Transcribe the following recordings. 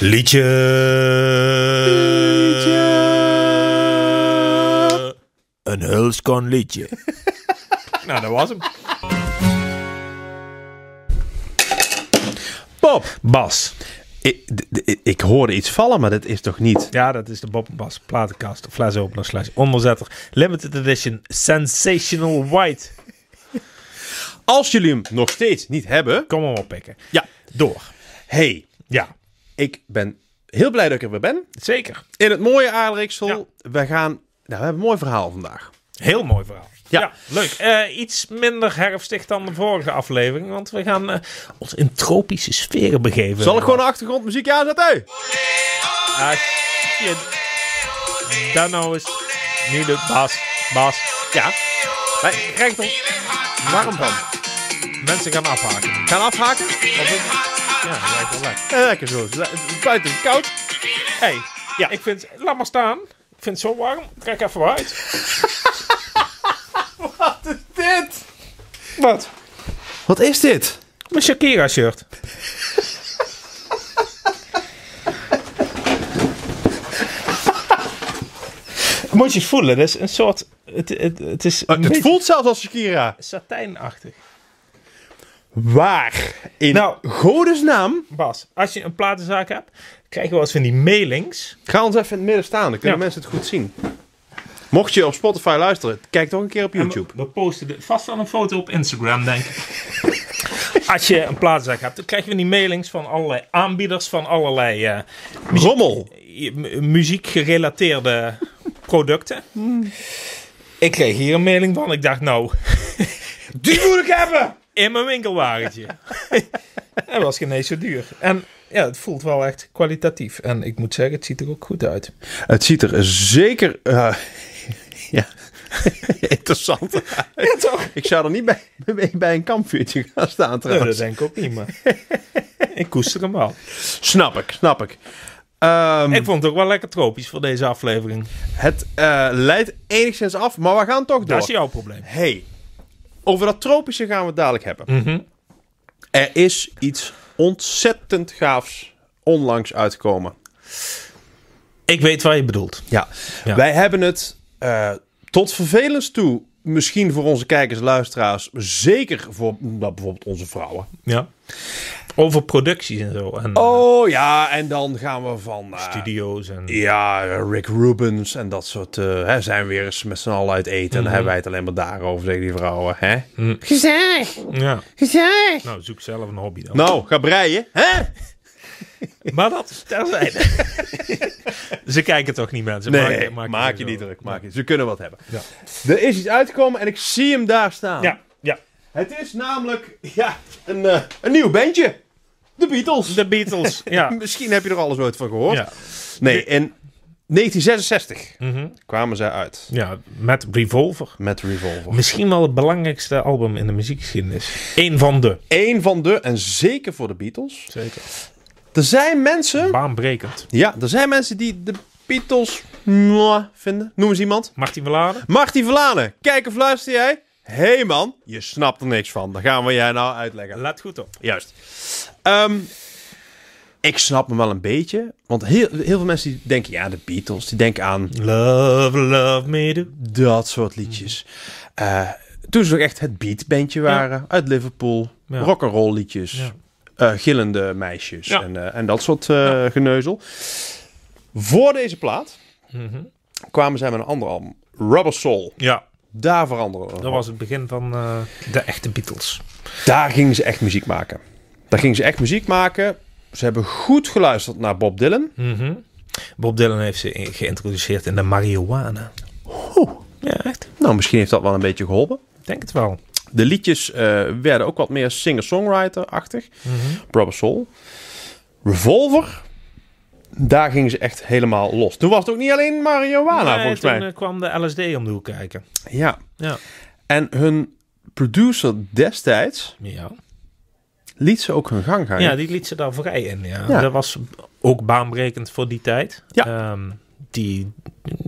Liedje. Een hulskon liedje. nou, dat was hem. Bob. Bas. Ik, d- d- ik- ik hoorde iets vallen, maar dat is toch niet... Ja, dat is de Bob en Bas platenkast. Flesopener slash onderzetter. Limited edition. Sensational White. Als jullie hem nog steeds niet hebben... Kom hem oppikken. Ja. Door. hey, Ja, ik ben heel blij dat ik er weer ben. zeker. In het mooie aardrijksel. We gaan... Nou, we hebben een mooi verhaal vandaag. Heel mooi verhaal. Ja, Ja. leuk. Eh, iets minder herfstig dan de vorige aflevering, want we gaan eh, ons in tropische sferen begeven. Zal ik gewoon een achtergrondmuziekje aanzetten? Hey? Ah, shit. Dan nou eens. Nu de Bas. Bas. Ja, Wij krijgen er warm van. mensen gaan afhaken. Gaan afhaken? Ja, dat lijkt wel lekker. Eh, Lekker zo. Buiten is het koud. hey, ja. ik vind... Laat maar staan. Ik vind het zo warm. Kijk even uit. Dit! Wat? Wat is dit? Mijn Shakira-shirt. Moet je het voelen, dat is een soort. Het, het, het is een Eh, het beetje voelt zelfs als Shakira. satijnachtig. Waar? In Nou. godesnaam. Bas, als je een platenzaak hebt, krijg je wel eens van die mailings. Ga ons even in het midden staan, dan kunnen Ja. mensen het goed zien. Mocht je op Spotify luisteren, kijk toch een keer op YouTube. We, we posten de- vast wel een foto op Instagram, denk ik. als je een platenzaak hebt, dan krijg je van die mailings van allerlei aanbieders van allerlei eh, Rommel. je- mu- muziekgerelateerde producten. Ik kreeg hier een mailing van. Ik dacht, nou, Die moet ik hebben! in mijn winkelwagentje. Het was geen eens zo duur. En ja, het voelt wel echt kwalitatief. En ik moet zeggen, het ziet er ook goed uit. Het ziet er zeker... eh, ja. Interessant. Ja, toch? Ik zou er niet bij, bij, bij een kampvuurtje gaan staan Nee, trouwens. dat denk ik ook niet, maar ik koester hem wel. Snap ik, snap ik. Ehm, Ik vond het ook wel lekker tropisch voor deze aflevering. Het eh, leidt enigszins af, maar we gaan toch door. Dat is jouw probleem. Hey, over dat tropische gaan we het dadelijk hebben. Er is iets ontzettend gaafs onlangs uitgekomen. Ik weet waar je bedoelt. Ja. Ja. Wij hebben het eh, tot vervelens toe, misschien voor onze kijkers, luisteraars, zeker voor nou, bijvoorbeeld onze vrouwen. Ja. Over producties en zo. En eh, Oh ja, en dan gaan we van... eh, studio's en... Ja, eh, Rick Rubens en dat soort. eh, hè, zijn weer eens met z'n allen uit eten. En dan hebben wij het alleen maar daarover, zeggen die vrouwen. Hè? Gezellig, Ja. gezellig. Nou, zoek zelf een hobby dan. Nou, ga breien. Hè? Maar dat is terzijde. Ze kijken toch niet, mensen? Nee, maak, maak je zo. niet druk. Maak je, ze kunnen wat hebben. Ja. Er is iets uitgekomen en ik zie hem daar staan. Ja, ja. Het is namelijk ja, een, eh, een nieuw bandje. De Beatles. De Beatles, ja. Misschien heb je er alles ooit van gehoord. ja. Nee, in 1966 kwamen zij uit. Mhm. Ja, met Revolver. Met Revolver. Misschien wel het belangrijkste album in de muziekgeschiedenis. Eén van de. Eén van de, en zeker voor de Beatles. Zeker. Er zijn mensen. Baanbrekend. Ja, er zijn mensen die de Beatles. mwah, vinden. Noem eens iemand. Martin Verladen? Marty Vlanen, kijk of luister jij? Hé hey man, je snapt er niks van. Dan gaan we jij nou uitleggen. Let goed op. Juist. Ehm, ik snap hem wel een beetje. Want heel, heel veel mensen die denken, ja, de Beatles, die denken aan Love, love me do. dat soort liedjes. Mhm. Eh, toen ze nog echt het beatbandje waren uit Liverpool. Ja. Rock'n'roll liedjes. Ja. eh, gillende meisjes Ja. en, eh, en dat soort eh, geneuzel. Voor deze plaat Mhm. kwamen zij met een ander album. Rubber Soul. Ja, Daar veranderen we. dat was het begin van eh, de echte Beatles. Daar gingen ze echt muziek maken. Daar gingen ze echt muziek maken. Ze hebben goed geluisterd naar Bob Dylan. Mhm. Bob Dylan heeft ze in- geïntroduceerd in de marihuana. Ja, echt. Nou, misschien heeft dat wel een beetje geholpen. Ik denk het wel. De liedjes eh, werden ook wat meer singer-songwriter-achtig. Mhm. Rubber Soul. Revolver. Daar gingen ze echt helemaal los. Toen was het ook niet alleen marihuana, Nee, volgens toen mij. eh, kwam de LSD om de hoek kijken. Ja. Ja. En hun producer destijds Ja. liet ze ook hun gang gaan. ja, die liet ze daar vrij in. Ja. Ja. Dat was ook baanbrekend voor die tijd. Ja. Ehm, die,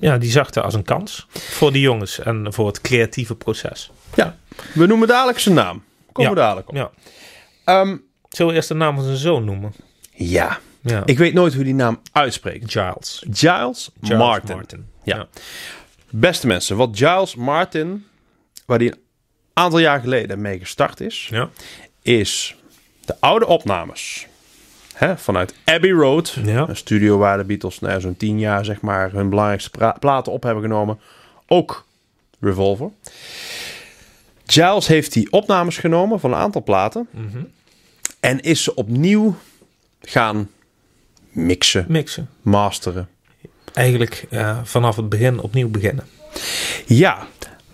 ja, die zag het als een kans voor die jongens en voor het creatieve proces. Ja. We noemen dadelijk zijn naam. Komen we Ja. dadelijk op. Ja. Ehm, Zullen we eerst de naam van zijn zoon noemen? ja. Ja. Ik weet nooit hoe die naam uitspreekt. Giles. Giles, Giles Martin. Ja. Beste mensen, wat Giles Martin, waar die een aantal jaar geleden mee gestart is, Ja. is de oude opnames. Hè, vanuit Abbey Road, Ja. een studio waar de Beatles nou, ja, zo'n tien jaar zeg maar, hun belangrijkste pra- platen op hebben genomen. Ook Revolver. Giles heeft die opnames genomen van een aantal platen. En is ze opnieuw gaan mixen, Mixen. masteren. Eigenlijk eh, vanaf het begin opnieuw beginnen. Ja,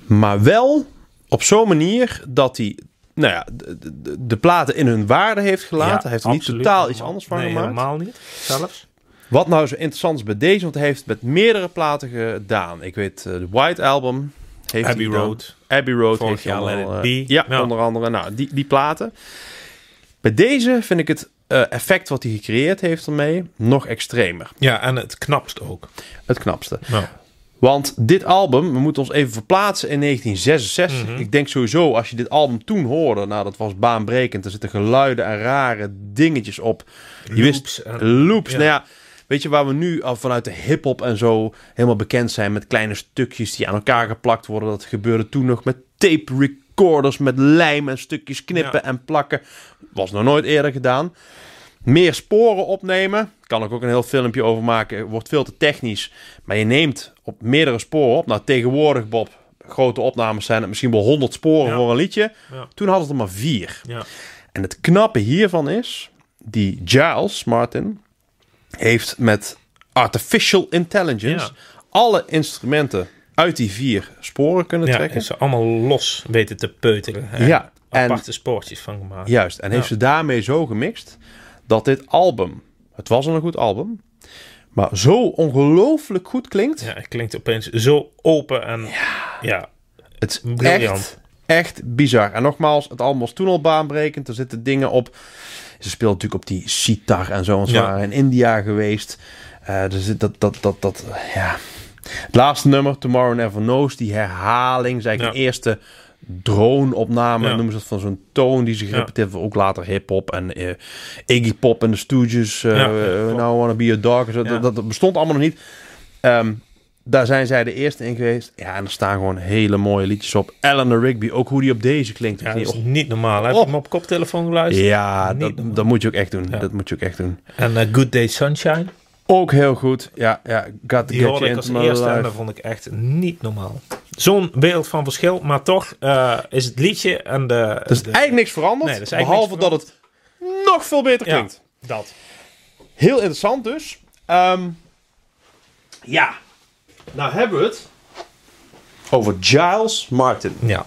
maar wel op zo'n manier dat hij nou ja, de, de- de platen in hun waarde heeft gelaten. hij heeft er niet absoluut. totaal iets anders van nee, gemaakt. helemaal niet. Zelfs. Wat nou zo interessant is bij deze, want hij heeft het met meerdere platen gedaan. Ik weet, eh, de White Album. Heeft Abbey hij gedaan. Road. Abbey Road Vorig heeft hij jaar allemaal, Let It eh, Be. ja, Ja. onder andere. Nou, die, die platen. Bij deze vind ik het eh, effect wat hij gecreëerd heeft ermee nog extremer. Ja, en het knapst ook. Het knapste. Nou, Want dit album, we moeten ons even verplaatsen in 1966. Mhm. Ik denk sowieso, als je dit album toen hoorde, nou dat was baanbrekend. Er zitten geluiden en rare dingetjes op. Je Loops wist en- loops. ja. Nou ja, weet je waar we nu al vanuit de hip-hop en zo helemaal bekend zijn met kleine stukjes die aan elkaar geplakt worden. Dat gebeurde toen nog met tape recorders, met lijm en stukjes knippen Ja. en plakken. Was nog nooit eerder gedaan. Meer sporen opnemen. Kan ik ook een heel filmpje over maken. Wordt veel te technisch. Maar je neemt op meerdere sporen op. Nou, tegenwoordig, Bob, grote opnames zijn het misschien wel 100 sporen Ja. voor een liedje. Ja. Toen hadden ze er maar vier. ja. En het knappe hiervan is, die Giles Martin heeft met artificial intelligence alle instrumenten uit die vier sporen kunnen ja trekken. en ze allemaal los weten te peutelen. En Ja, en- aparte spoortjes van gemaakt. Juist, en heeft Ja. ze daarmee zo gemixt dat dit album, het was al een goed album, maar zo ongelooflijk goed klinkt. Ja, het klinkt opeens zo open en ja, Het is Briljant. echt, echt bizar. En nogmaals, het album was toen al baanbrekend. Er zitten dingen op. Ze speelt natuurlijk op die sitar en zo. En ze Ja. waren in India geweest. Eh, dus dat, dat, dat, dat, ja. Het laatste nummer, Tomorrow Never Knows, die herhaling. Zij de Ja. eerste drone-opname, Ja. noemen ze dat, van zo'n toon die ze gerepeteerd hebben. Ook later hip-hop en eh, Iggy Pop en de Stooges. eh Ja, eh, klopt. Now Wanna Be A Dog. en zo. Ja. Dat, dat, dat bestond allemaal nog niet. Ehm, daar zijn zij de eerste in geweest. Ja, en er staan gewoon hele mooie liedjes op. Eleanor Rigby, ook hoe die op deze klinkt. Ja, Ja, dat is niet normaal. Heb je Oh. hem op koptelefoon geluisterd? ja niet normaal. dat, dat moet je ook echt doen. Ja. Dat moet je ook echt doen. En eh, Good Day Sunshine, Ook heel goed. Ja, ja. Got to die get hoorde you ik als into my eerste en dat life. vond ik echt niet normaal. Zo'n wereld van verschil, maar toch eh, is het liedje en de... Er is eigenlijk niks veranderd. Nee, er is eigenlijk behalve niks dat het nog veel beter ja, klinkt. dat. Heel interessant dus. Ehm, ja. Nou hebben we het over Giles Martin. Ja,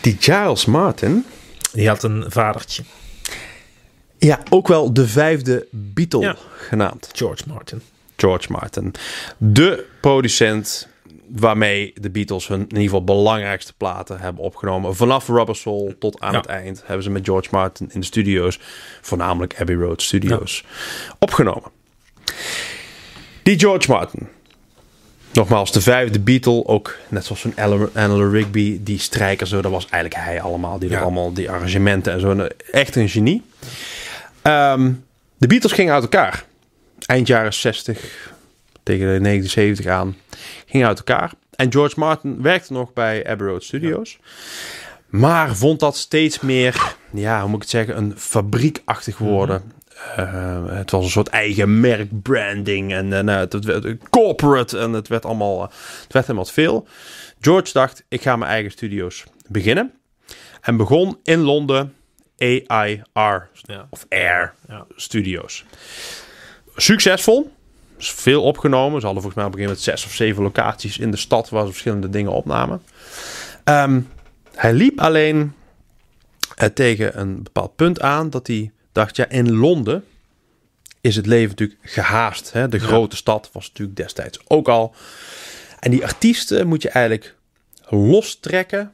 Die Giles Martin... die had een vadertje, Ja, ook wel de vijfde Beatle Ja. genaamd. George Martin. George Martin. De producent waarmee de Beatles hun in ieder geval belangrijkste platen hebben opgenomen. Vanaf Rubber Soul tot aan Ja. het eind hebben ze met George Martin in de studio's, voornamelijk Abbey Road Studios, opgenomen. Die George Martin. Nogmaals, de vijfde Beatle, ook net zoals een Eleanor Rigby, die strijker zo, dat was eigenlijk hij allemaal, die er Ja. allemaal die arrangementen en zo. Echt een genie. Ehm, de Beatles gingen uit elkaar. Eind jaren 60, tegen de 1970 aan, gingen uit elkaar. En George Martin werkte nog bij Abbey Road Studios. Maar vond dat steeds meer, ja, hoe moet ik het zeggen, een fabriekachtig worden. Eh, het was een soort eigen merk branding en eh, nou, het, het werd corporate en het werd allemaal, eh, het werd hem wat veel. George dacht, ik ga mijn eigen studio's beginnen. En begon in Londen AIR, Ja. of Air Ja. Studios. Succesvol. Is veel opgenomen. Ze hadden volgens mij op een gegeven moment zes of zeven locaties in de stad waar ze verschillende dingen opnamen. Ehm, hij liep alleen eh, tegen een bepaald punt aan dat hij dacht, ja, in Londen is het leven natuurlijk gehaast. Hè? De grote stad was natuurlijk destijds ook al. En die artiesten moet je eigenlijk lostrekken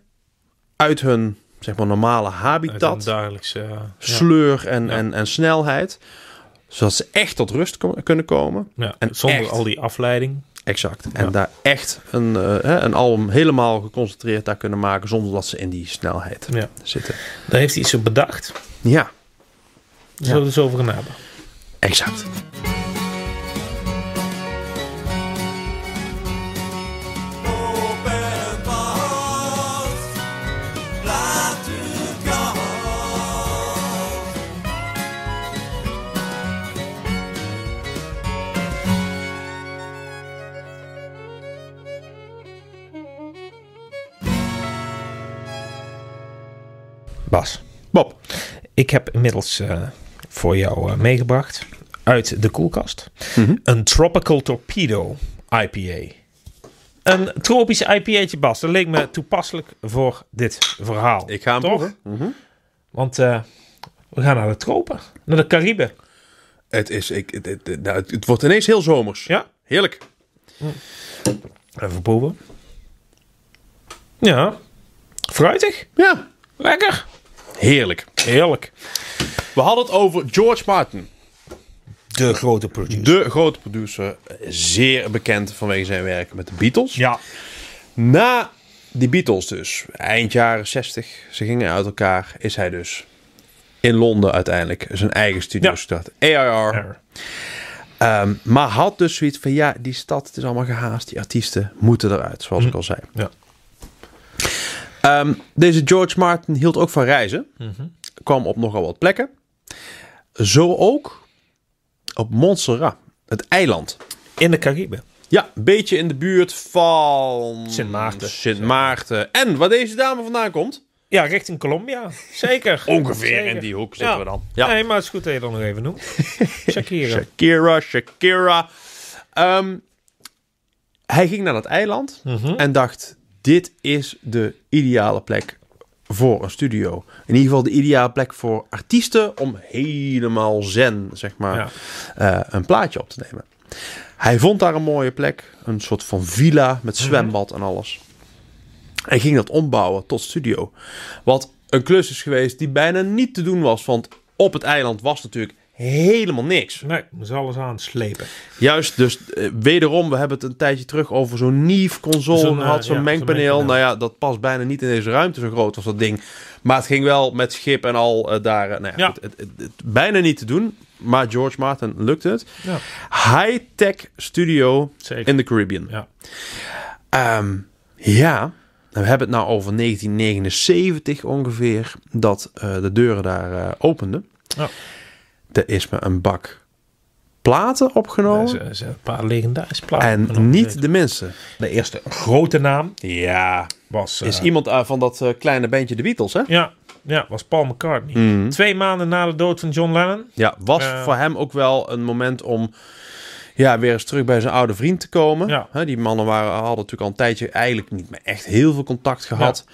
uit hun zeg maar, normale Uit habitat een dagelijkse... eh, ja. sleur en, en, en snelheid. Zodat ze echt tot rust ko- kunnen komen. Ja, en zonder echt. al die afleiding. Exact. En daar echt een, eh, hè, een album helemaal geconcentreerd daar kunnen maken. Zonder dat ze in die snelheid Ja. zitten. Daar heeft hij iets op bedacht. Ja. Zullen we er eens over gaan hebben? Exact. Open my heart, laat u gaan. Bas, Bob. ik heb inmiddels eh, voor jou eh, meegebracht uit de koelkast Mhm. een Tropical Torpedo IPA. Een tropisch IPA'tje, Bas. Dat leek me toepasselijk voor dit verhaal. Ik ga hem Toch? proeven. Mhm. Want eh, we gaan naar de tropen, naar de Cariben. Het, is, ik, het, het- het- nou, het- het wordt ineens heel zomers. Ja, Heerlijk. even proeven. Ja, fruitig, Ja, lekker, heerlijk. heerlijk. We hadden het over George Martin. De grote producer. De grote producer. Zeer bekend vanwege zijn werk met de Beatles. Ja, Na die Beatles dus, eind jaren 60, ze gingen uit elkaar, is hij dus in Londen uiteindelijk zijn eigen studio Ja. gestart. AIR. er. Ehm, maar had dus zoiets van, ja, die stad, het is allemaal gehaast, die artiesten moeten eruit, zoals Mhm. ik al zei. ja. Ehm, deze George Martin hield ook van reizen, Mhm. kwam op nogal wat plekken. Zo ook op Montserrat, het eiland. In de Cariben. Ja, een beetje in de buurt van... Sint Maarten. Sint Maarten. En waar deze dame vandaan komt... Ja, richting Colombia. Zeker. Ongeveer Zeker. in die hoek zitten Ja. we dan. Ja. Nee, maar het is goed dat je dat nog even noemt. Shakira. Shakira, Shakira. Ehm, hij ging naar dat eiland en dacht: dit is de ideale plek voor een studio. In ieder geval de ideale plek voor artiesten om helemaal zen, zeg maar, Ja. eh, een plaatje op te nemen. Hij vond daar een mooie plek, een soort van villa met zwembad en alles. En ging dat ombouwen tot studio. Wat een klus is geweest die bijna niet te doen was, want op het eiland was natuurlijk helemaal niks. Nee, moest alles aanslepen. Juist, dus eh, wederom, we hebben het een tijdje terug over zo'n Neve-console. Zo'n, eh, had zo'n ja, mengpaneel. zo'n mengpaneel. nou ja, dat past bijna niet in deze ruimte, zo groot was dat ding. Maar het ging wel met schip en al eh, daar. eh, nou ja, Ja. goed, het, het- het- bijna niet te doen, maar George Martin lukte het. Ja. High-tech studio Zeker. in de Caribbean. Ja. Ehm, ja, we hebben het nou over 1979 ongeveer, dat eh, de deuren daar eh, openden. Ja. Er is me een bak platen Er opgenomen. zijn- er zijn een paar legendarische platen. En niet de minste. De eerste grote naam Ja. was... eh, Is iemand eh, van dat eh, kleine bandje de Beatles, hè? ja, ja, was Paul McCartney. Twee maanden na de dood van John Lennon. Ja, was Eh. voor hem ook wel een moment om ja, weer eens terug bij zijn oude vriend te komen. Ja. Hè, die mannen waren, hadden natuurlijk al een tijdje eigenlijk niet meer echt heel veel contact gehad.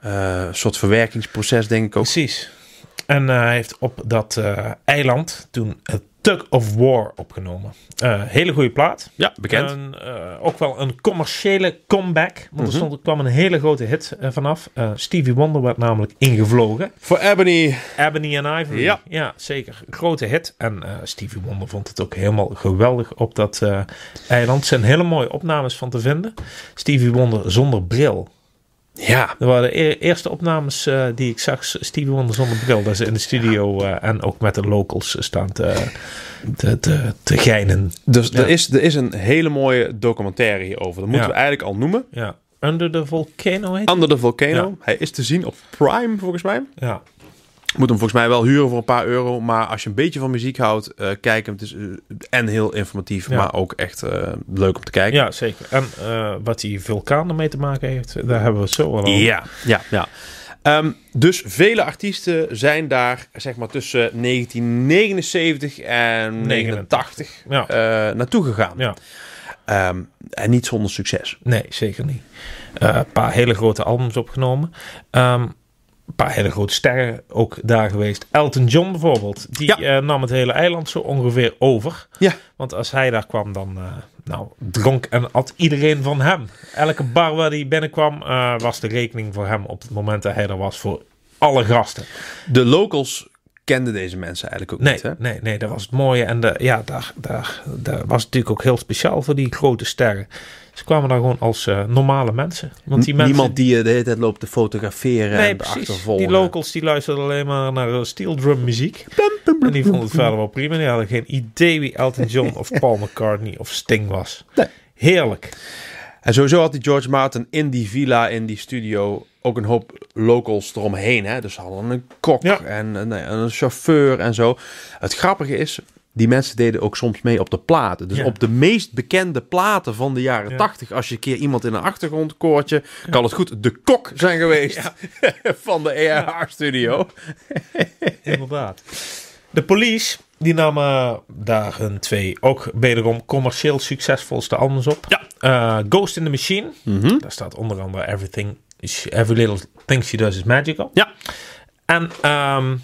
Eh, een soort verwerkingsproces, denk ik ook. Precies. En eh, hij heeft op dat eh, eiland toen A Tug of War opgenomen. Eh, hele goede plaat. Ja, bekend. En, eh, ook wel een commerciële comeback. Want Mhm. er, stond, er kwam een hele grote hit eh, vanaf. Eh, Stevie Wonder werd namelijk ingevlogen. voor Ebony. Ebony and Ivory. Ja. zeker. Een grote hit. En eh, Stevie Wonder vond het ook helemaal geweldig op dat eh, eiland. Er zijn hele mooie opnames van te vinden. Stevie Wonder zonder bril. Ja. Dat waren de e- eerste opnames eh, die ik zag. S- Stevie Wonder zonder bril. Dat ze in de studio eh, en ook met de locals eh, staan te, te, te, te geinen. Dus Ja. Er, is, er is een hele mooie documentaire hierover. Dat moeten Ja. we eigenlijk al noemen. Ja. Under the Volcano heet Under the Volcano. Ja. Hij is te zien op Prime, volgens mij. Ja. Moet hem volgens mij wel huren voor een paar euro. Maar als je een beetje van muziek houdt, eh, kijk hem. Het is eh, en heel informatief, Ja. maar ook echt eh, leuk om te kijken. Ja, zeker. En eh, wat die vulkaan ermee te maken heeft, daar hebben we het zo al over. ja, ja. ja. Ehm, dus vele artiesten zijn daar, zeg maar, tussen 1979 en 89 Ja. eh, naartoe gegaan. Ja. Ehm, en niet zonder succes. Nee, zeker niet. Eh, Een paar hele grote albums opgenomen. Ehm, een paar hele grote sterren ook daar geweest. Elton John bijvoorbeeld. Die Ja. eh, nam het hele eiland zo ongeveer over. Ja. Want als hij daar kwam, dan eh, nou, dronk en at iedereen van hem. Elke bar waar hij binnenkwam, eh, was de rekening voor hem op het moment dat hij er was voor alle gasten. De locals kenden deze mensen eigenlijk ook Nee, niet. Hè? nee, nee, dat was het mooie. En de, ja, daar, daar, daar was het natuurlijk ook heel speciaal voor die grote sterren. Ze kwamen daar gewoon als eh, normale mensen. Want die N- mensen, Niemand die je de hele tijd loopt te fotograferen nee, en te precies. achtervolgen. Die locals die luisterden alleen maar naar eh, steel drum muziek. En die vonden het verder wel prima. Die hadden geen idee wie Elton John of Paul McCartney of Sting was. Nee. Heerlijk. En sowieso had die George Martin in die villa, in die studio, ook een hoop locals eromheen. Hè? Dus ze hadden een kok Ja. en, en, en een chauffeur en zo. Het grappige is, die mensen deden ook soms mee op de platen. Dus Ja. op de meest bekende platen van de jaren Ja. 80. Als je een keer iemand in een achtergrondkoortje, kan het goed de kok zijn geweest van de ERH-studio. Inderdaad. De police, die namen eh, daar hun twee ook wederom commercieel succesvolste albums op. Ja. Ghost in the Machine. Mhm. Daar staat onder andere Everything, She- Every Little Thing She Does Is Magic op. Ja. En ehm,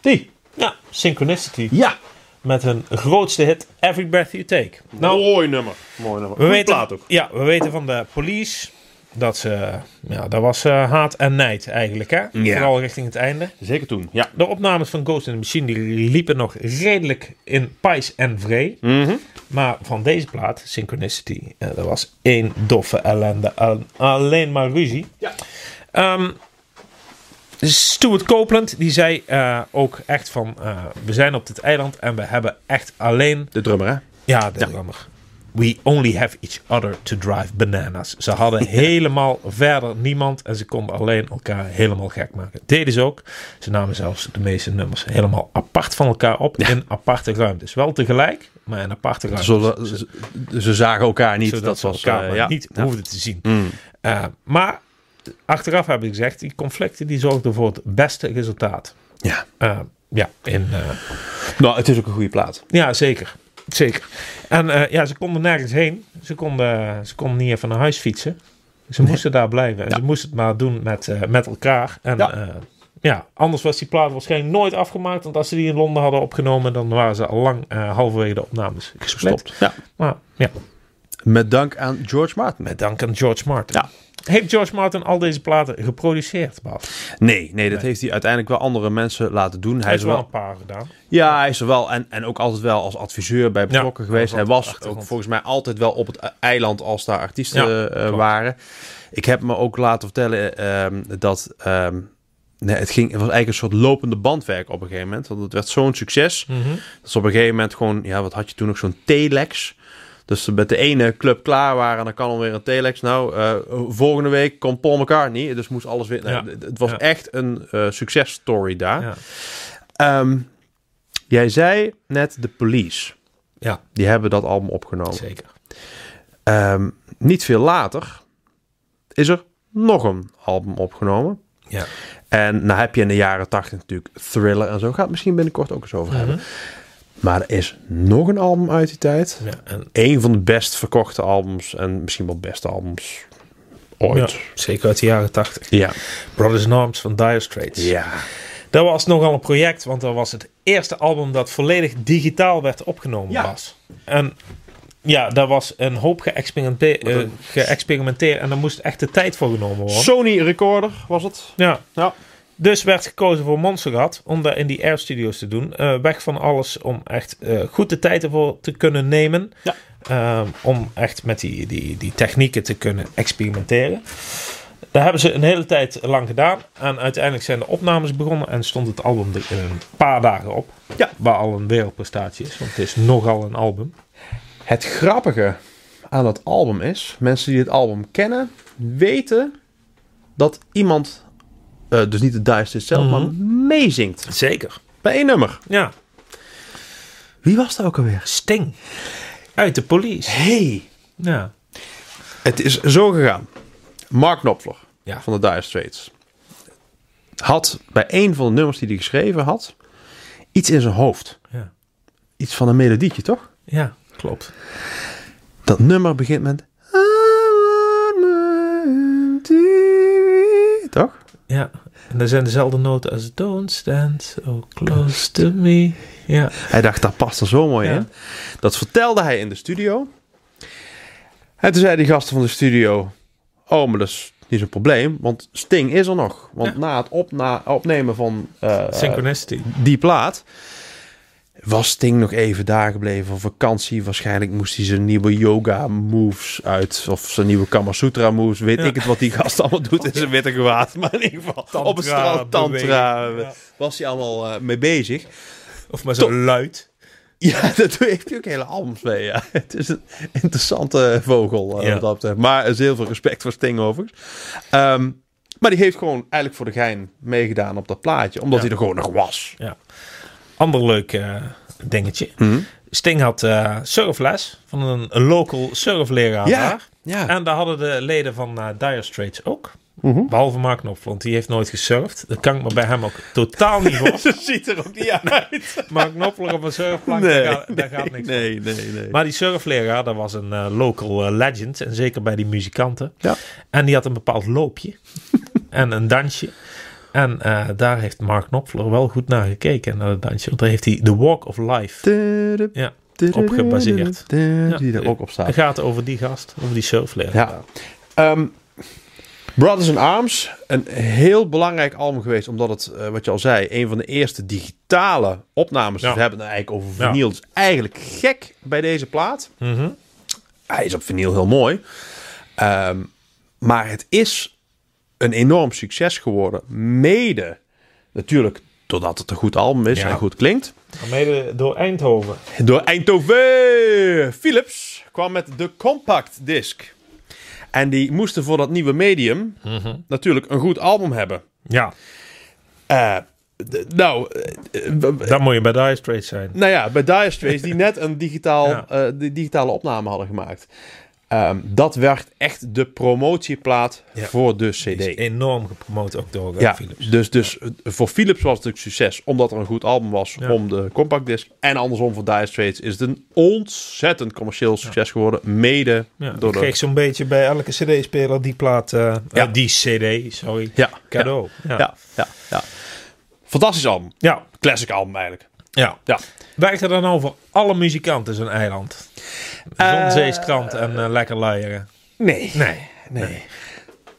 die. Ja, Synchronicity. Ja, Met hun grootste hit, Every Breath You Take. Nou, mooi nummer. Mooi nummer. we weten, ja, we weten van de police dat ze... Ja, dat was eh, haat en nijd eigenlijk, hè? Ja. Vooral richting het einde. Zeker toen, ja. De opnames van Ghost in the Machine die liepen nog redelijk in pijs en vree. Mhm. Maar van deze plaat, Synchronicity, eh, dat was één doffe ellende. al- alleen maar ruzie. Ja. Ehm, Stuart Copeland, die zei eh, ook echt van... eh, we zijn op dit eiland en we hebben echt alleen... De drummer, hè? Ja, de drummer. We only have each other to drive bananas. Ze hadden helemaal verder niemand en ze konden alleen elkaar helemaal gek maken. Deden ze ook. Ze namen zelfs de meeste nummers helemaal apart van elkaar op in aparte ruimtes. Wel tegelijk, maar in aparte ruimtes. Zodat- ze, ze zagen elkaar niet. zodat dat ze was elkaar eh, maar ja. niet Ja. Mm. hoefden te zien. Eh, maar achteraf heb ik gezegd, die conflicten die zorgden voor het beste resultaat. ja. Eh, ja, in... eh, Nou, het is ook een goede plaat. Ja, zeker. Zeker. En eh, ja, ze konden nergens heen. Ze konden, ze konden niet even naar huis fietsen. Ze moesten daar blijven. En Ze moesten het maar doen met, eh, met elkaar. En Ja. ja. ja, anders was die plaat waarschijnlijk nooit afgemaakt. Want als ze die in Londen hadden opgenomen, dan waren ze al lang eh, halverwege de opnames gestopt. Klopt. Ja. Maar ja, Met dank aan George Martin. met dank aan George Martin. Ja. Heeft George Martin al deze platen geproduceerd, Bas? Nee, nee, dat heeft hij uiteindelijk wel andere mensen laten doen. Hij is er wel, een paar gedaan. ja, hij is er wel en, en ook altijd wel als adviseur bij betrokken Ja, geweest. dat Hij was was achtergrond. ook volgens mij altijd wel op het eh, eiland als daar artiesten Ja, eh, klopt. waren. Ik heb me ook laten vertellen ehm, dat ehm, nee, het, ging, het was eigenlijk een soort lopende bandwerk op een gegeven moment. Want het werd zo'n succes. Mhm. Dat ze op een gegeven moment gewoon, ja, wat had je toen nog zo'n telex? Dus ze met de ene club klaar waren, dan kan alweer een telex. Nou, eh, volgende week komt Paul McCartney, dus moest alles weer... nou, Ja. d- d- het was Ja. echt een eh, successtory daar. Ja. Ehm, jij zei net de police. ja, Die hebben dat album opgenomen. zeker. Ehm, niet veel later is er nog een album opgenomen. Ja. En nou heb je in de jaren 80 natuurlijk Thriller en zo. Gaat het misschien binnenkort ook eens over Mhm. hebben. Maar er is nog een album uit die tijd. ja, en, Eén van de best verkochte albums. En misschien wel beste albums ja, ooit. zeker uit de jaren tachtig. Ja. Brothers in Arms van Dire Straits. Ja. Dat was nogal een project, want dat was het eerste album dat volledig digitaal werd opgenomen Ja. was. En ja, daar was een hoop geëxperimente- eh, geëxperimenteerd en daar moest echt de tijd voor genomen worden. Sony Recorder was het. Ja. Ja. Dus werd gekozen voor Montserrat om dat in die Air Studios te doen. Eh, weg van alles om echt eh, goed de tijd ervoor te kunnen nemen. Ja. Ehm, om echt met die, die, die technieken te kunnen experimenteren. Dat hebben ze een hele tijd lang gedaan. En uiteindelijk zijn de opnames begonnen en stond het album er in een paar dagen op. Ja. Waar al een wereldprestatie is, want het is nogal een album. Het grappige aan dat album is, mensen die het album kennen, weten dat iemand, eh, dus niet de Dire Straits zelf, maar meezingt. Zeker. Bij één nummer. Ja. Wie was dat ook alweer? Sting. Uit de police. Hey. Ja. Het is zo gegaan. Mark Knopfler Ja. van de Dire Straits had bij een van de nummers die hij geschreven had, iets in zijn hoofd. Ja. Iets van een melodietje, toch? Ja, klopt. Dat nummer begint met... I want my TV. Toch? Ja, en dat zijn dezelfde noten als Don't stand so close to me. Ja, Hij dacht, dat past er zo mooi Ja. in. Dat vertelde hij in de studio. En toen zei die gasten van de studio... Oh, maar dat is niet zo'n probleem, want Sting is er nog. Want na het opna- opnemen van eh, Synchronicity. die plaat. Was Sting nog even daar gebleven op vakantie? Waarschijnlijk moest hij zijn nieuwe yoga moves uit. Of zijn nieuwe Kama Sutra moves. Weet ik het wat die gast allemaal doet in zijn witte gewaad. Maar in ieder geval op een strand tantra. beweging, ja. Was hij allemaal eh, mee bezig. Of maar zo luid. Ja, dat heeft hij ook hele albums mee. Ja. Het is een interessante vogel. eh, Ja. wat dat betreft. maar er is heel veel respect voor Sting overigens. Ehm, maar die heeft gewoon eigenlijk voor de gein meegedaan op dat plaatje. Omdat Ja. hij er gewoon nog was. Ja. Ander leuk eh, dingetje. Sting had eh, surfles van een local surfleraar daar. ja. En daar hadden de leden van eh, Dire Straits ook. Behalve Mark Knopfler, want die heeft nooit gesurfd. Dat kan ik me bij hem ook totaal niet voor. Ze ziet er ook niet uit. Mark Knopfler op een surfplank, daar, gaat- daar gaat niks van. nee, nee, nee. Maar die surfleraar, dat was een eh, local eh, legend. En zeker bij die muzikanten. Ja. En die had een bepaald loopje. en een dansje. En eh, daar heeft Mark Knopfler wel goed naar gekeken. Naar dat dansje. Want daar heeft hij The Walk of Life ja, op gebaseerd. Die Ja. er ook op staat. Het gaat over die gast. Over die surfleraar. Ja. Ehm, Brothers in Arms, een heel belangrijk album geweest, omdat het, eh, wat je al zei, een van de eerste digitale opnames. Ja. We hebben het eigenlijk over Ja. vinyl. Dus eigenlijk gek bij deze plaat. Mhm. Hij is op vinyl heel mooi. Ehm, maar het is een enorm succes geworden. Mede, natuurlijk, doordat het een goed album is Ja. en goed klinkt. Mede door Eindhoven. Door Eindhoven. Philips kwam met de compact disc. En die moesten voor dat nieuwe medium Mhm. natuurlijk een goed album hebben. Ja, Eh, d- nou, eh, eh, w- w- dan moet je bij Dire Straits zijn. nou ja, bij Dire Straits die net een digitaal, Ja. eh, die digitale opname hadden gemaakt. Ehm, dat werd echt de promotieplaat Ja. Dus voor de CD. Die is enorm gepromoot ook door eh, Ja, Philips. Dus, dus voor Philips was het een succes, omdat er een goed album was Ja. om de compact disc. En andersom voor Dire Straits is het een ontzettend commercieel succes geworden, mede Ja, door ik de... kreeg zo'n beetje bij elke cd-speler die plaat, eh, eh, Ja. die cd, sorry, Ja, cadeau. ja, ja, ja, ja. Fantastisch album. ja. Classic album eigenlijk. ja. Ja. Werkt er dan over alle muzikanten zijn eiland? Zon, Eh, zee, strand en eh, lekker luieren. Nee. Nee, nee.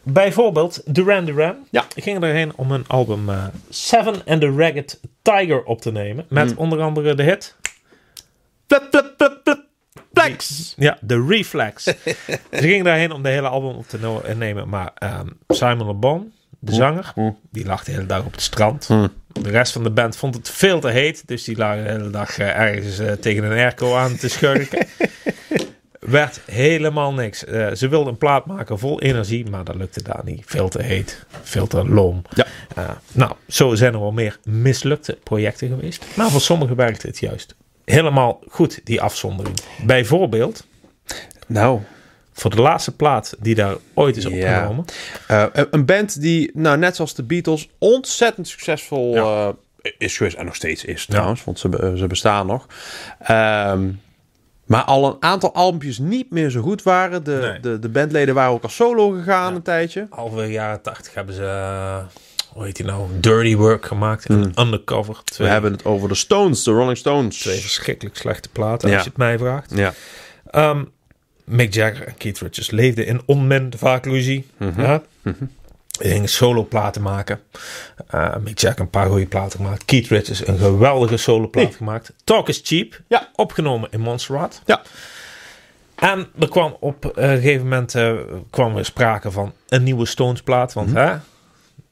Bijvoorbeeld Duran Duran Ja. ging erheen om hun album eh, Seven and the Ragged Tiger op te nemen. Met onder andere de hit Plep, plep, plep, plep. Plex. Ja, de Reflex. Ze ging daarheen om de hele album op te no- nemen. Maar ehm, Simon Le Bon, de zanger, die lag de hele dag op het strand. De rest van de band vond het veel te heet. Dus die lagen de hele dag eh, ergens eh, tegen een airco aan te schurken. Werd helemaal niks. Eh, ze wilde een plaat maken vol energie, maar dat lukte daar niet. Veel te heet, veel te loom. Ja. Eh, nou, zo zijn er wel meer mislukte projecten geweest. Maar voor sommigen werkte het juist helemaal goed, die afzondering. Bijvoorbeeld Nou, voor de laatste plaat die daar ooit is Ja. opgenomen. eh, een- een band die, nou net zoals de Beatles, ontzettend succesvol Ja. eh, is geweest. En nog steeds is trouwens, want ze, be- ze bestaan nog. Ehm, maar al een aantal albumpjes niet meer zo goed waren. De, Nee. de, de bandleden waren ook als solo gegaan een tijdje. Halverwege jaren tachtig hebben ze, eh, hoe heet die nou, Dirty Work gemaakt. En Undercover. Hmm. We Twee, hebben het over de Stones, de Rolling Stones. twee verschrikkelijk slechte platen, Ja. als je het mij vraagt. Ja. Ehm, Mick Jagger en Keith Richards leefden in onmin vaak ruzie. Mhm. Ja? Die gingen solo platen maken. Eh, Mick Jagger een paar goede platen gemaakt. Keith Richards een geweldige solo plaat gemaakt. Talk is Cheap. Ja. Opgenomen in Montserrat. Ja. En er kwam op eh, een gegeven moment eh, kwam er sprake van een nieuwe Stones plaat. Want hè,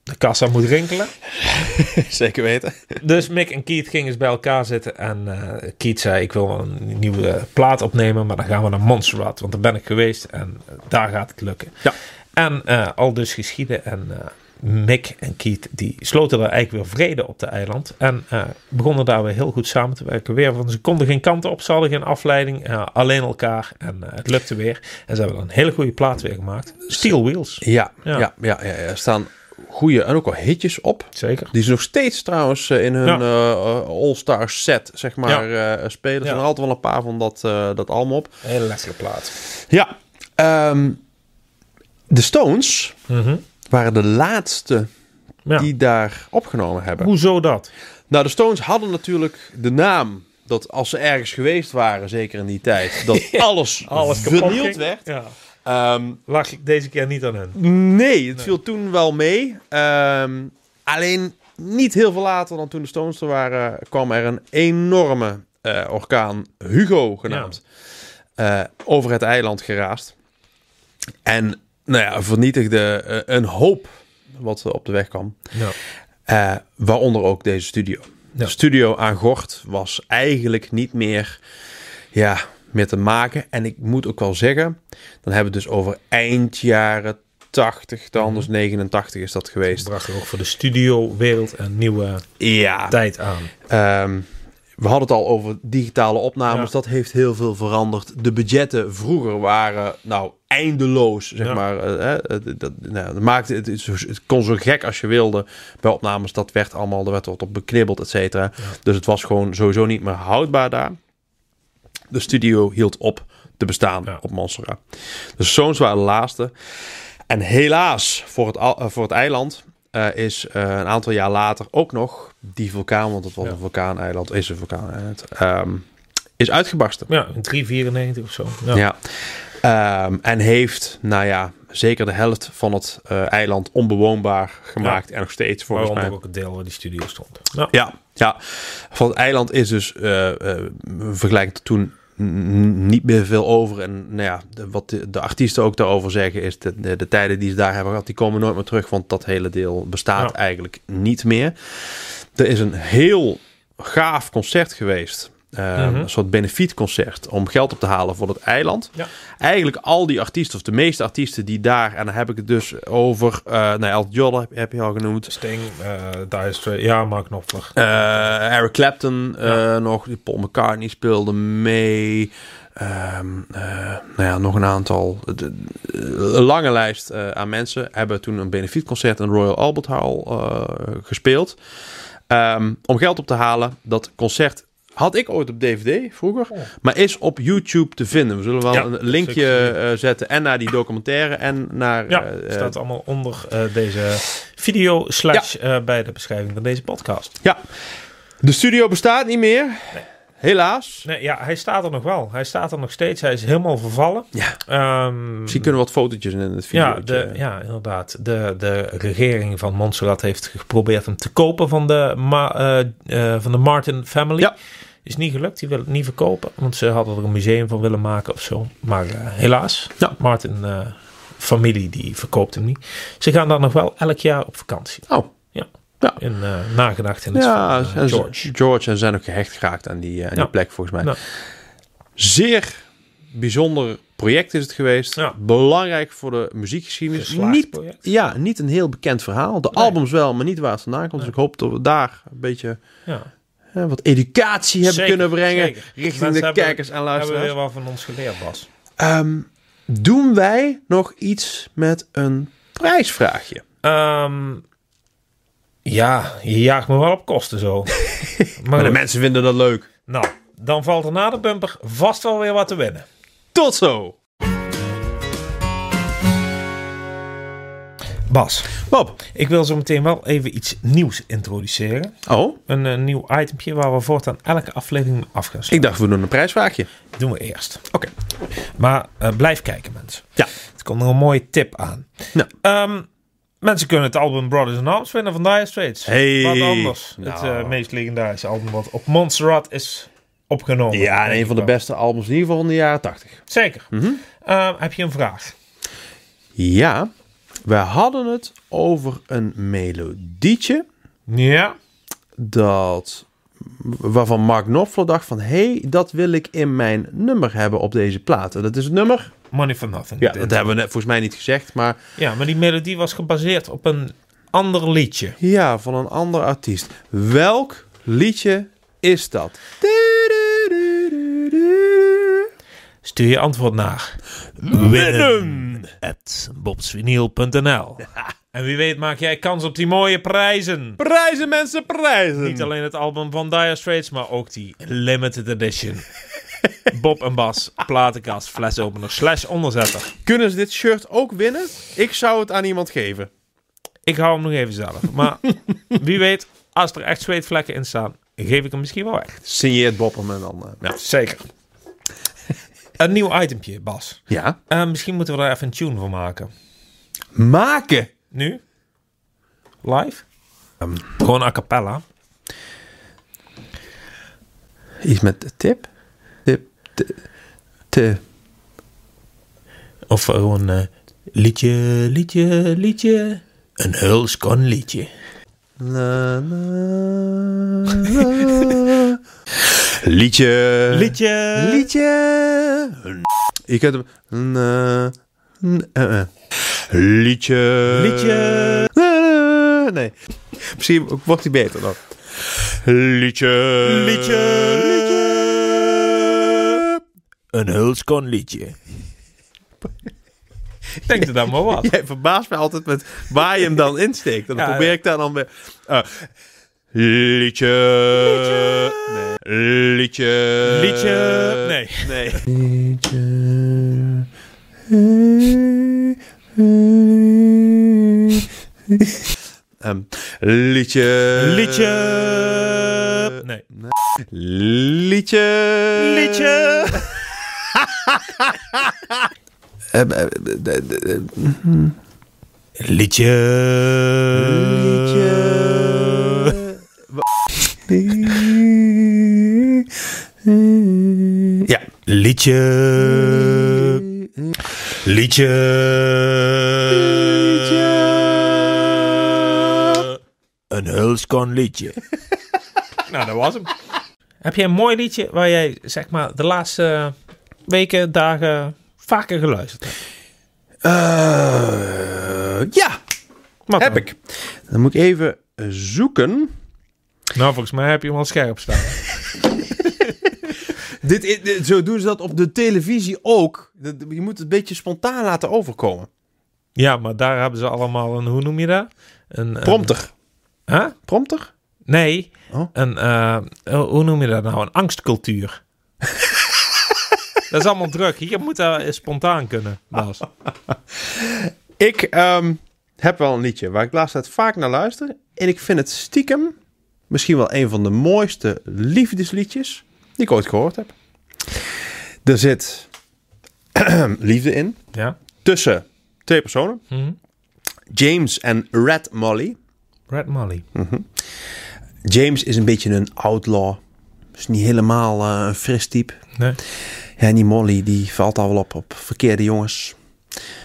de kassa moet rinkelen. Zeker weten. Dus Mick en Keith gingen eens bij elkaar zitten. En eh, Keith zei: Ik wil een nieuwe eh, plaat opnemen. Maar dan gaan we naar Montserrat. Want daar ben ik geweest. En eh, daar gaat het lukken. Ja. En eh, al dus geschieden. En eh, Mick en Keith die sloten daar eigenlijk weer vrede op de eiland. En eh, begonnen daar weer heel goed samen te werken. Weer, want ze konden geen kant op. Ze hadden geen afleiding. eh, alleen elkaar. En eh, het lukte weer. En ze hebben een hele goede plaat weer gemaakt. Steel Wheels. Ja, ja. Ja. ja, ja, ja. Er staan goede en ook al hitjes op. Zeker. Die ze nog steeds trouwens eh, in hun Ja. eh, eh, All-Star set, zeg maar, eh, spelen. Er Ja. zijn er altijd wel een paar van dat, eh, dat album op. Hele lekkere plaat. Ja. ehm, de Stones Mhm. waren de laatste Ja. die daar opgenomen hebben. Hoezo dat? Nou, de Stones hadden natuurlijk de naam dat als ze ergens geweest waren, zeker in die tijd, dat alles, Alles kapot vernield ging. werd. Ja. Ehm, Lag ik deze keer niet aan hen. nee, het viel toen wel mee. Ehm, alleen niet heel veel later dan toen de Stones er waren, kwam er een enorme eh, orkaan Hugo genaamd eh, over het eiland geraast. En nou ja, vernietigde eh, een hoop wat eh, op de weg kwam. Nou, Eh, waaronder ook deze studio. Ja. De studio aan Gort was eigenlijk niet meer ja, meer te maken. En ik moet ook wel zeggen, dan hebben we het dus over eind jaren 80, dan dus 89 is dat het geweest. bracht ook voor de studio-wereld een nieuwe Ja, tijd aan. ehm, we hadden het al over digitale opnames. Ja. Dat heeft heel veel veranderd. De budgetten vroeger waren nou eindeloos, zeg Ja. maar. eh, eh, dat, dat- nou, dat maakte het, het, het kon zo gek als je wilde bij opnames. Dat werd allemaal, er werd wat op beknibbeld, et cetera. Dus het was gewoon sowieso niet meer houdbaar daar. De studio hield op te bestaan Ja. op Montserrat. Dus zo'n waren de laatste. En helaas voor het, al- eh, voor het eiland eh, is eh, een aantal jaar later ook nog die vulkaan, want dat was Ja. een vulkaaneiland, is een vulkaaneiland, ehm, is uitgebarsten. Ja, in 394 of zo. Ja. Ja. Ehm, en heeft, nou ja, zeker de helft van het eh, eiland onbewoonbaar gemaakt. En nog steeds, volgens Waaronder mij. ook het deel waar die studio stond. Ja. Ja, ja. Van het eiland is dus eh eh vergelijkend tot toen n- niet meer veel over. En nou ja, de- wat de, de artiesten ook daarover zeggen is... De, de, de tijden die ze daar hebben gehad, die komen nooit meer terug. Want dat hele deel bestaat Ja. eigenlijk niet meer. Er is een heel gaaf concert geweest. eh, Mhm. Een soort benefietconcert om geld op te halen voor het eiland. Ja. Eigenlijk al die artiesten, of de meeste artiesten die daar... en dan heb ik het dus over... eh nou, Elton John heb, heb je al genoemd. Sting, eh Dire Straits, ja, Mark Knopfler. Eh, Eric Clapton eh, nog. Paul McCartney speelde mee. Ehm, eh, nou ja, nog een aantal. de- de- Een lange lijst eh, aan mensen hebben toen een benefietconcert in Royal Albert Hall eh, gespeeld. Ehm, om geld op te halen. Dat concert had ik ooit op DVD vroeger. Oh. Maar is op YouTube te vinden. We zullen wel Ja, een dat linkje heb ik gezien. eh, zetten. En naar die documentaire. En naar... Ja, eh, eh, staat allemaal onder eh, deze video slash eh, bij de beschrijving van deze podcast. ja. De studio bestaat niet meer. Helaas. Nee, ja, hij staat er nog wel. Hij staat er nog steeds. Hij is helemaal vervallen. Ja. Ehm, Misschien kunnen we wat fotootjes in het video. ja, de, ja, inderdaad. De, de regering van Montserrat heeft geprobeerd hem te kopen van de, Ma- eh, eh, van de Martin family. Ja. Is niet gelukt. Die wil het niet verkopen. Want ze hadden er een museum van willen maken of zo. Maar eh, helaas. Ja. Martin eh, familie die verkoopt hem niet. Ze gaan daar nog wel elk jaar op vakantie. Oh. In eh, nagedachtenis Ja, van eh, en George. George. George en zijn ook gehecht geraakt aan die, eh, aan Ja. die plek volgens mij. Ja. Zeer bijzonder project is het geweest. Ja. Belangrijk voor de muziekgeschiedenis. Niet, project. ja, niet een heel bekend verhaal. De Nee. albums wel, maar niet waar het vandaan komt. Dus Nee. ik hoop dat we daar een beetje Ja. eh, wat educatie hebben Zeker, kunnen brengen. zeker. Richting Mensen de hebben- kijkers en Hebben we luisteraars. weer wat van ons geleerd, Bas. Ehm, doen wij nog iets met een prijsvraagje? Ehm, ja, je jaagt me wel op kosten zo. maar Maar de goed. mensen vinden dat leuk. nou, dan valt er na de bumper vast wel weer wat te winnen. Tot zo! Bas, Bob. ik wil zo meteen wel even iets nieuws introduceren. Oh, Een, eh, nieuw itempje waar we voortaan elke aflevering mee af gaan ik dacht we doen een prijsvraagje. Dat doen we eerst. Oké. Maar eh, blijf kijken, mensen. Ja. Er komt nog een mooie tip aan. Nou. Ehm, mensen kunnen het album Brothers in Arms winnen van Dire Straits. Hey. Wat anders. Nou. Het eh, meest legendarische album wat op Montserrat is opgenomen. Ja, en een van de beste albums in ieder geval van de jaren 80. Zeker. Ehm, heb je een vraag? Ja, we hadden het over een melodietje Ja. dat, waarvan Mark Knopfler dacht van... hé, hey, dat wil ik in mijn nummer hebben op deze plaat. En dat is het nummer... Money for Nothing. Ja, dat hebben we net, volgens mij niet gezegd, maar... ja, maar die melodie was gebaseerd op een ander liedje. Ja, van een ander artiest. Welk liedje is dat? Stuur je antwoord naar winnen at bobsvinyl.nl. En wie weet maak jij kans op die mooie prijzen. Prijzen, mensen, prijzen! Niet alleen het album van Dire Straits, maar ook die limited edition. Bob en Bas, platenkast, flesopener, slash onderzetter. Kunnen ze dit shirt ook winnen? Ik zou het aan iemand geven. Ik hou hem nog even zelf. Maar wie weet, als er echt zweetvlekken in staan, geef ik hem misschien wel weg. Signeert Bob hem en dan... eh, ja. Zeker. Een nieuw itempje, Bas. Ja. Eh, misschien moeten we daar even een tune van maken. Maken. Nu? Live? Ehm, Gewoon a cappella. Iets met tip. Tip. Tip. tip. Of gewoon eh, liedje, liedje, liedje. Een hulskon liedje. La, la, la. Liedje. Liedje. Liedje. Je kunt hem... Na, n- eh, eh. Liedje. Liedje. Eh, Nee. Misschien wordt hij beter dan. Liedje. Liedje. Een hulskon liedje. Ik denk dat dat maar wat. Jij verbaast me altijd met waar je hem dan insteekt. En dan Ja, probeer ja. ik daar dan weer... eh, liedje. Liedje. Nee. Liedje. Liedje. Nee. Nee. Ehm, liedje. Liedje. Nee. Liedje. Liedje. Ehm, eh, de- de- de- Liedje. Ja. Liedje. Liedje. Een hulskon liedje. nou, dat was hem. Heb jij een mooi liedje waar jij zeg maar de laatste weken, dagen vaker geluisterd hebt? Eh, ja, Wat heb dan? ik. Dan moet ik even eh, zoeken. Nou, volgens mij heb je hem al scherp staan. Dit, is- dit- zo doen ze dat op de televisie ook. Dat- Je moet het een beetje spontaan laten overkomen. ja, maar daar hebben ze allemaal een, hoe noem je dat? Een, een- Prompter. Huh? Prompter? Nee. Oh. Een, eh, hoe noem je dat nou? Een angstcultuur. dat is allemaal druk. Je moet daar eh, spontaan kunnen, Bas. Ik ehm, heb wel een liedje waar ik laatst tijd vaak naar luister. En ik vind het stiekem misschien wel een van de mooiste liefdesliedjes die ik ooit gehoord heb. Er zit liefde in Ja. tussen twee personen. Mhm. James en Red Molly. Red Molly. James is een beetje een outlaw. Is niet helemaal eh, een fris type. Nee. Ja, en die Molly die valt al wel op op verkeerde jongens.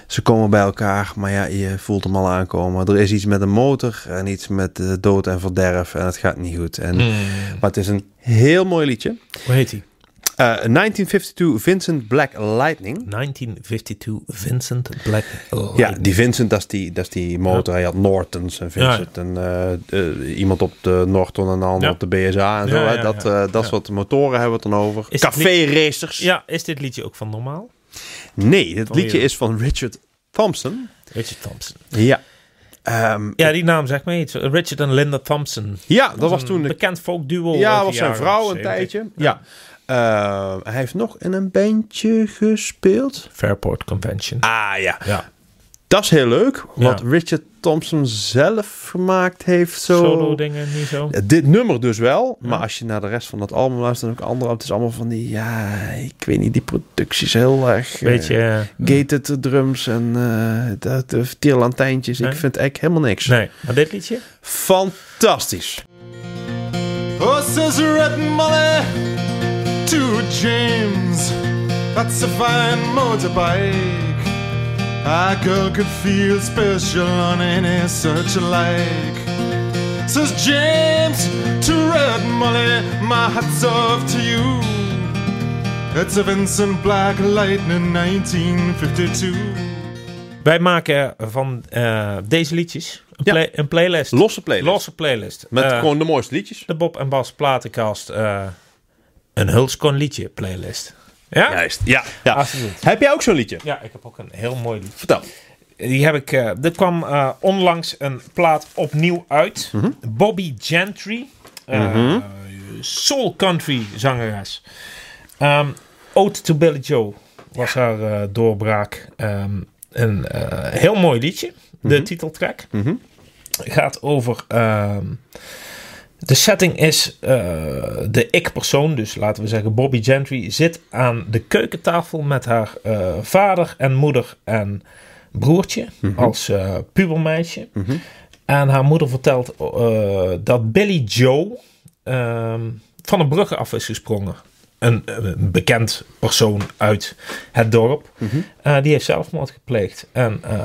Ze komen bij elkaar, maar ja, je voelt hem al aankomen. Er is iets met een motor en iets met eh, dood en verderf en het gaat niet goed. En, Maar het is een heel mooi liedje. Hoe heet hij? Eh, 1952 Vincent Black Lightning. 1952 Vincent Black. Lightning. Ja, die Vincent, dat is die, dat is die motor. Hij had Nortons en Vincent en eh, eh, iemand op de Norton en de ander Ja. op de BSA en Ja, zo. hè. ja, dat ja. eh, dat Ja. soort motoren hebben we het dan over. Is het Café racers. Ja, is dit liedje ook van normaal? Nee, dit Oh, liedje ja. is van Richard Thompson. Richard Thompson. Ja. Ehm, Ja, die naam zegt me iets. Richard en Linda Thompson. ja, dat was toen... Een De, bekend folkduo. uit ja, de was zijn jaren vrouw een 70. tijdje. Ja. Ehm, hij heeft nog in een bandje gespeeld. Fairport Convention. Ah ja. Ja. Dat is heel leuk. Wat Ja. Richard Thompson zelf gemaakt heeft. Zo. Solo dingen, niet zo. Dit nummer dus wel. Maar als je naar de rest van dat album luistert... en ook andere, het is allemaal van die... Ja, ik weet niet, die producties heel erg... eh, Beetje... eh, Gated drums en eh dat, eh, tierlantijntjes. Ik Nee. vind eigenlijk helemaal niks. nee, maar dit liedje? Fantastisch. Oh, says Red Molly to James. That's a fine motorbike. A girl could feel special on any such like. Says James to Red Molly, my hat's off to you. It's a Vincent Black Lightning 1952. Wij maken van eh, deze liedjes een, Ja. play- een playlist. Losse playlist. Losse playlist. Met Eh, gewoon de mooiste liedjes. de Bob en Bas platenkast. eh, een Hulskon liedje playlist. Ja? Juist, ja. ja. Alsjeblieft. Heb jij ook zo'n liedje? Ja, ik heb ook een heel mooi liedje. Vertel. Die heb ik... eh, er kwam eh, onlangs een plaat opnieuw uit. Bobby Gentry. eh, Soul country zangeres. Ehm Ode to Billy Joe was haar eh, doorbraak. Ehm, een eh, heel mooi liedje. De titeltrack. Gaat over ehm, De setting is eh, de ik-persoon, dus laten we zeggen Bobby Gentry, zit aan de keukentafel met haar eh, vader en moeder en broertje als eh, pubermeisje. En haar moeder vertelt eh, dat Billy Joe ehm, van een brug af is gesprongen. Een, eh, een bekend persoon uit het dorp. Eh, die heeft zelfmoord gepleegd. En ehm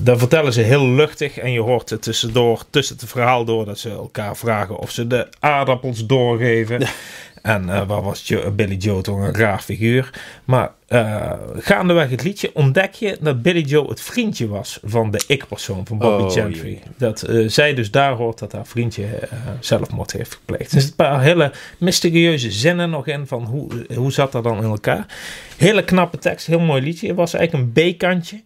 daar vertellen ze heel luchtig. En je hoort het tussendoor, tussen het verhaal door, dat ze elkaar vragen of ze de aardappels doorgeven. En eh, waar was Jo- Billy Joe toch een raar figuur. Maar eh, gaandeweg het liedje ontdek je dat Billy Joe het vriendje was van de ik-persoon van Bobby Oh, Gentry. jee. Dat eh, zij dus daar hoort dat haar vriendje eh, zelfmoord heeft gepleegd. Er zitten een paar hele mysterieuze zinnen nog in van hoe, eh, hoe zat dat dan in elkaar. Hele knappe tekst, heel mooi liedje. Het was eigenlijk een B-kantje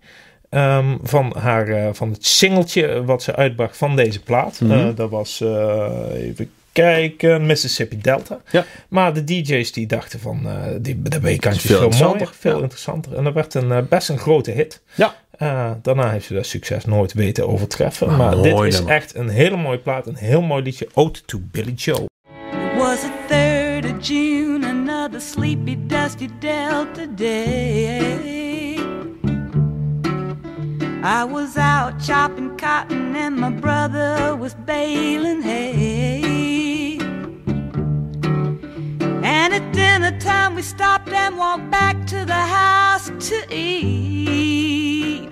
ehm, van, haar, eh, van het singeltje eh, wat ze uitbracht van deze plaat. Mhm. Eh, dat was, eh, even kijken, Mississippi Delta. Ja. Maar de DJ's die dachten van, eh die, de B-kantje Veel is veel mooier, interessanter. veel Ja. interessanter. En dat werd een, eh, best een grote hit. Ja. Eh, daarna heeft ze dat succes nooit weten overtreffen. Maar maar dit Ah, mooi is nummer. echt een hele mooie plaat. Een heel mooi liedje. Ode to Billy Joe. was the third of June, another sleepy, dusty Delta day. I was out chopping cotton, and my brother was baling hay. And at dinner time, we stopped and walked back to the house to eat.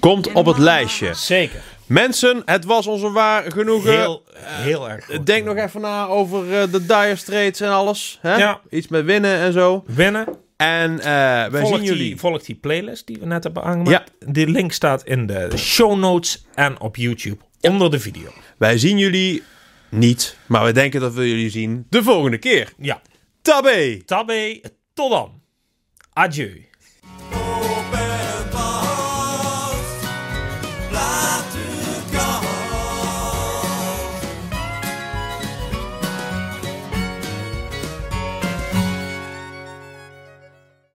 Komt op het lijstje. Zeker. Mensen, het was ons een waar genoegen. Heel, eh, heel erg goed. Denk nog even na over eh, de Dire Straits en alles. Hè? Ja. Iets met winnen en zo. Winnen. En eh wij Volg zien die, jullie. volg die playlist die we net hebben aangemaakt. Die link staat in de show notes en op YouTube. Onder de video. Wij zien jullie niet, maar we denken dat we jullie zien de volgende keer. Ja. Tabé! Tabé. Tot dan. Adieu. Thank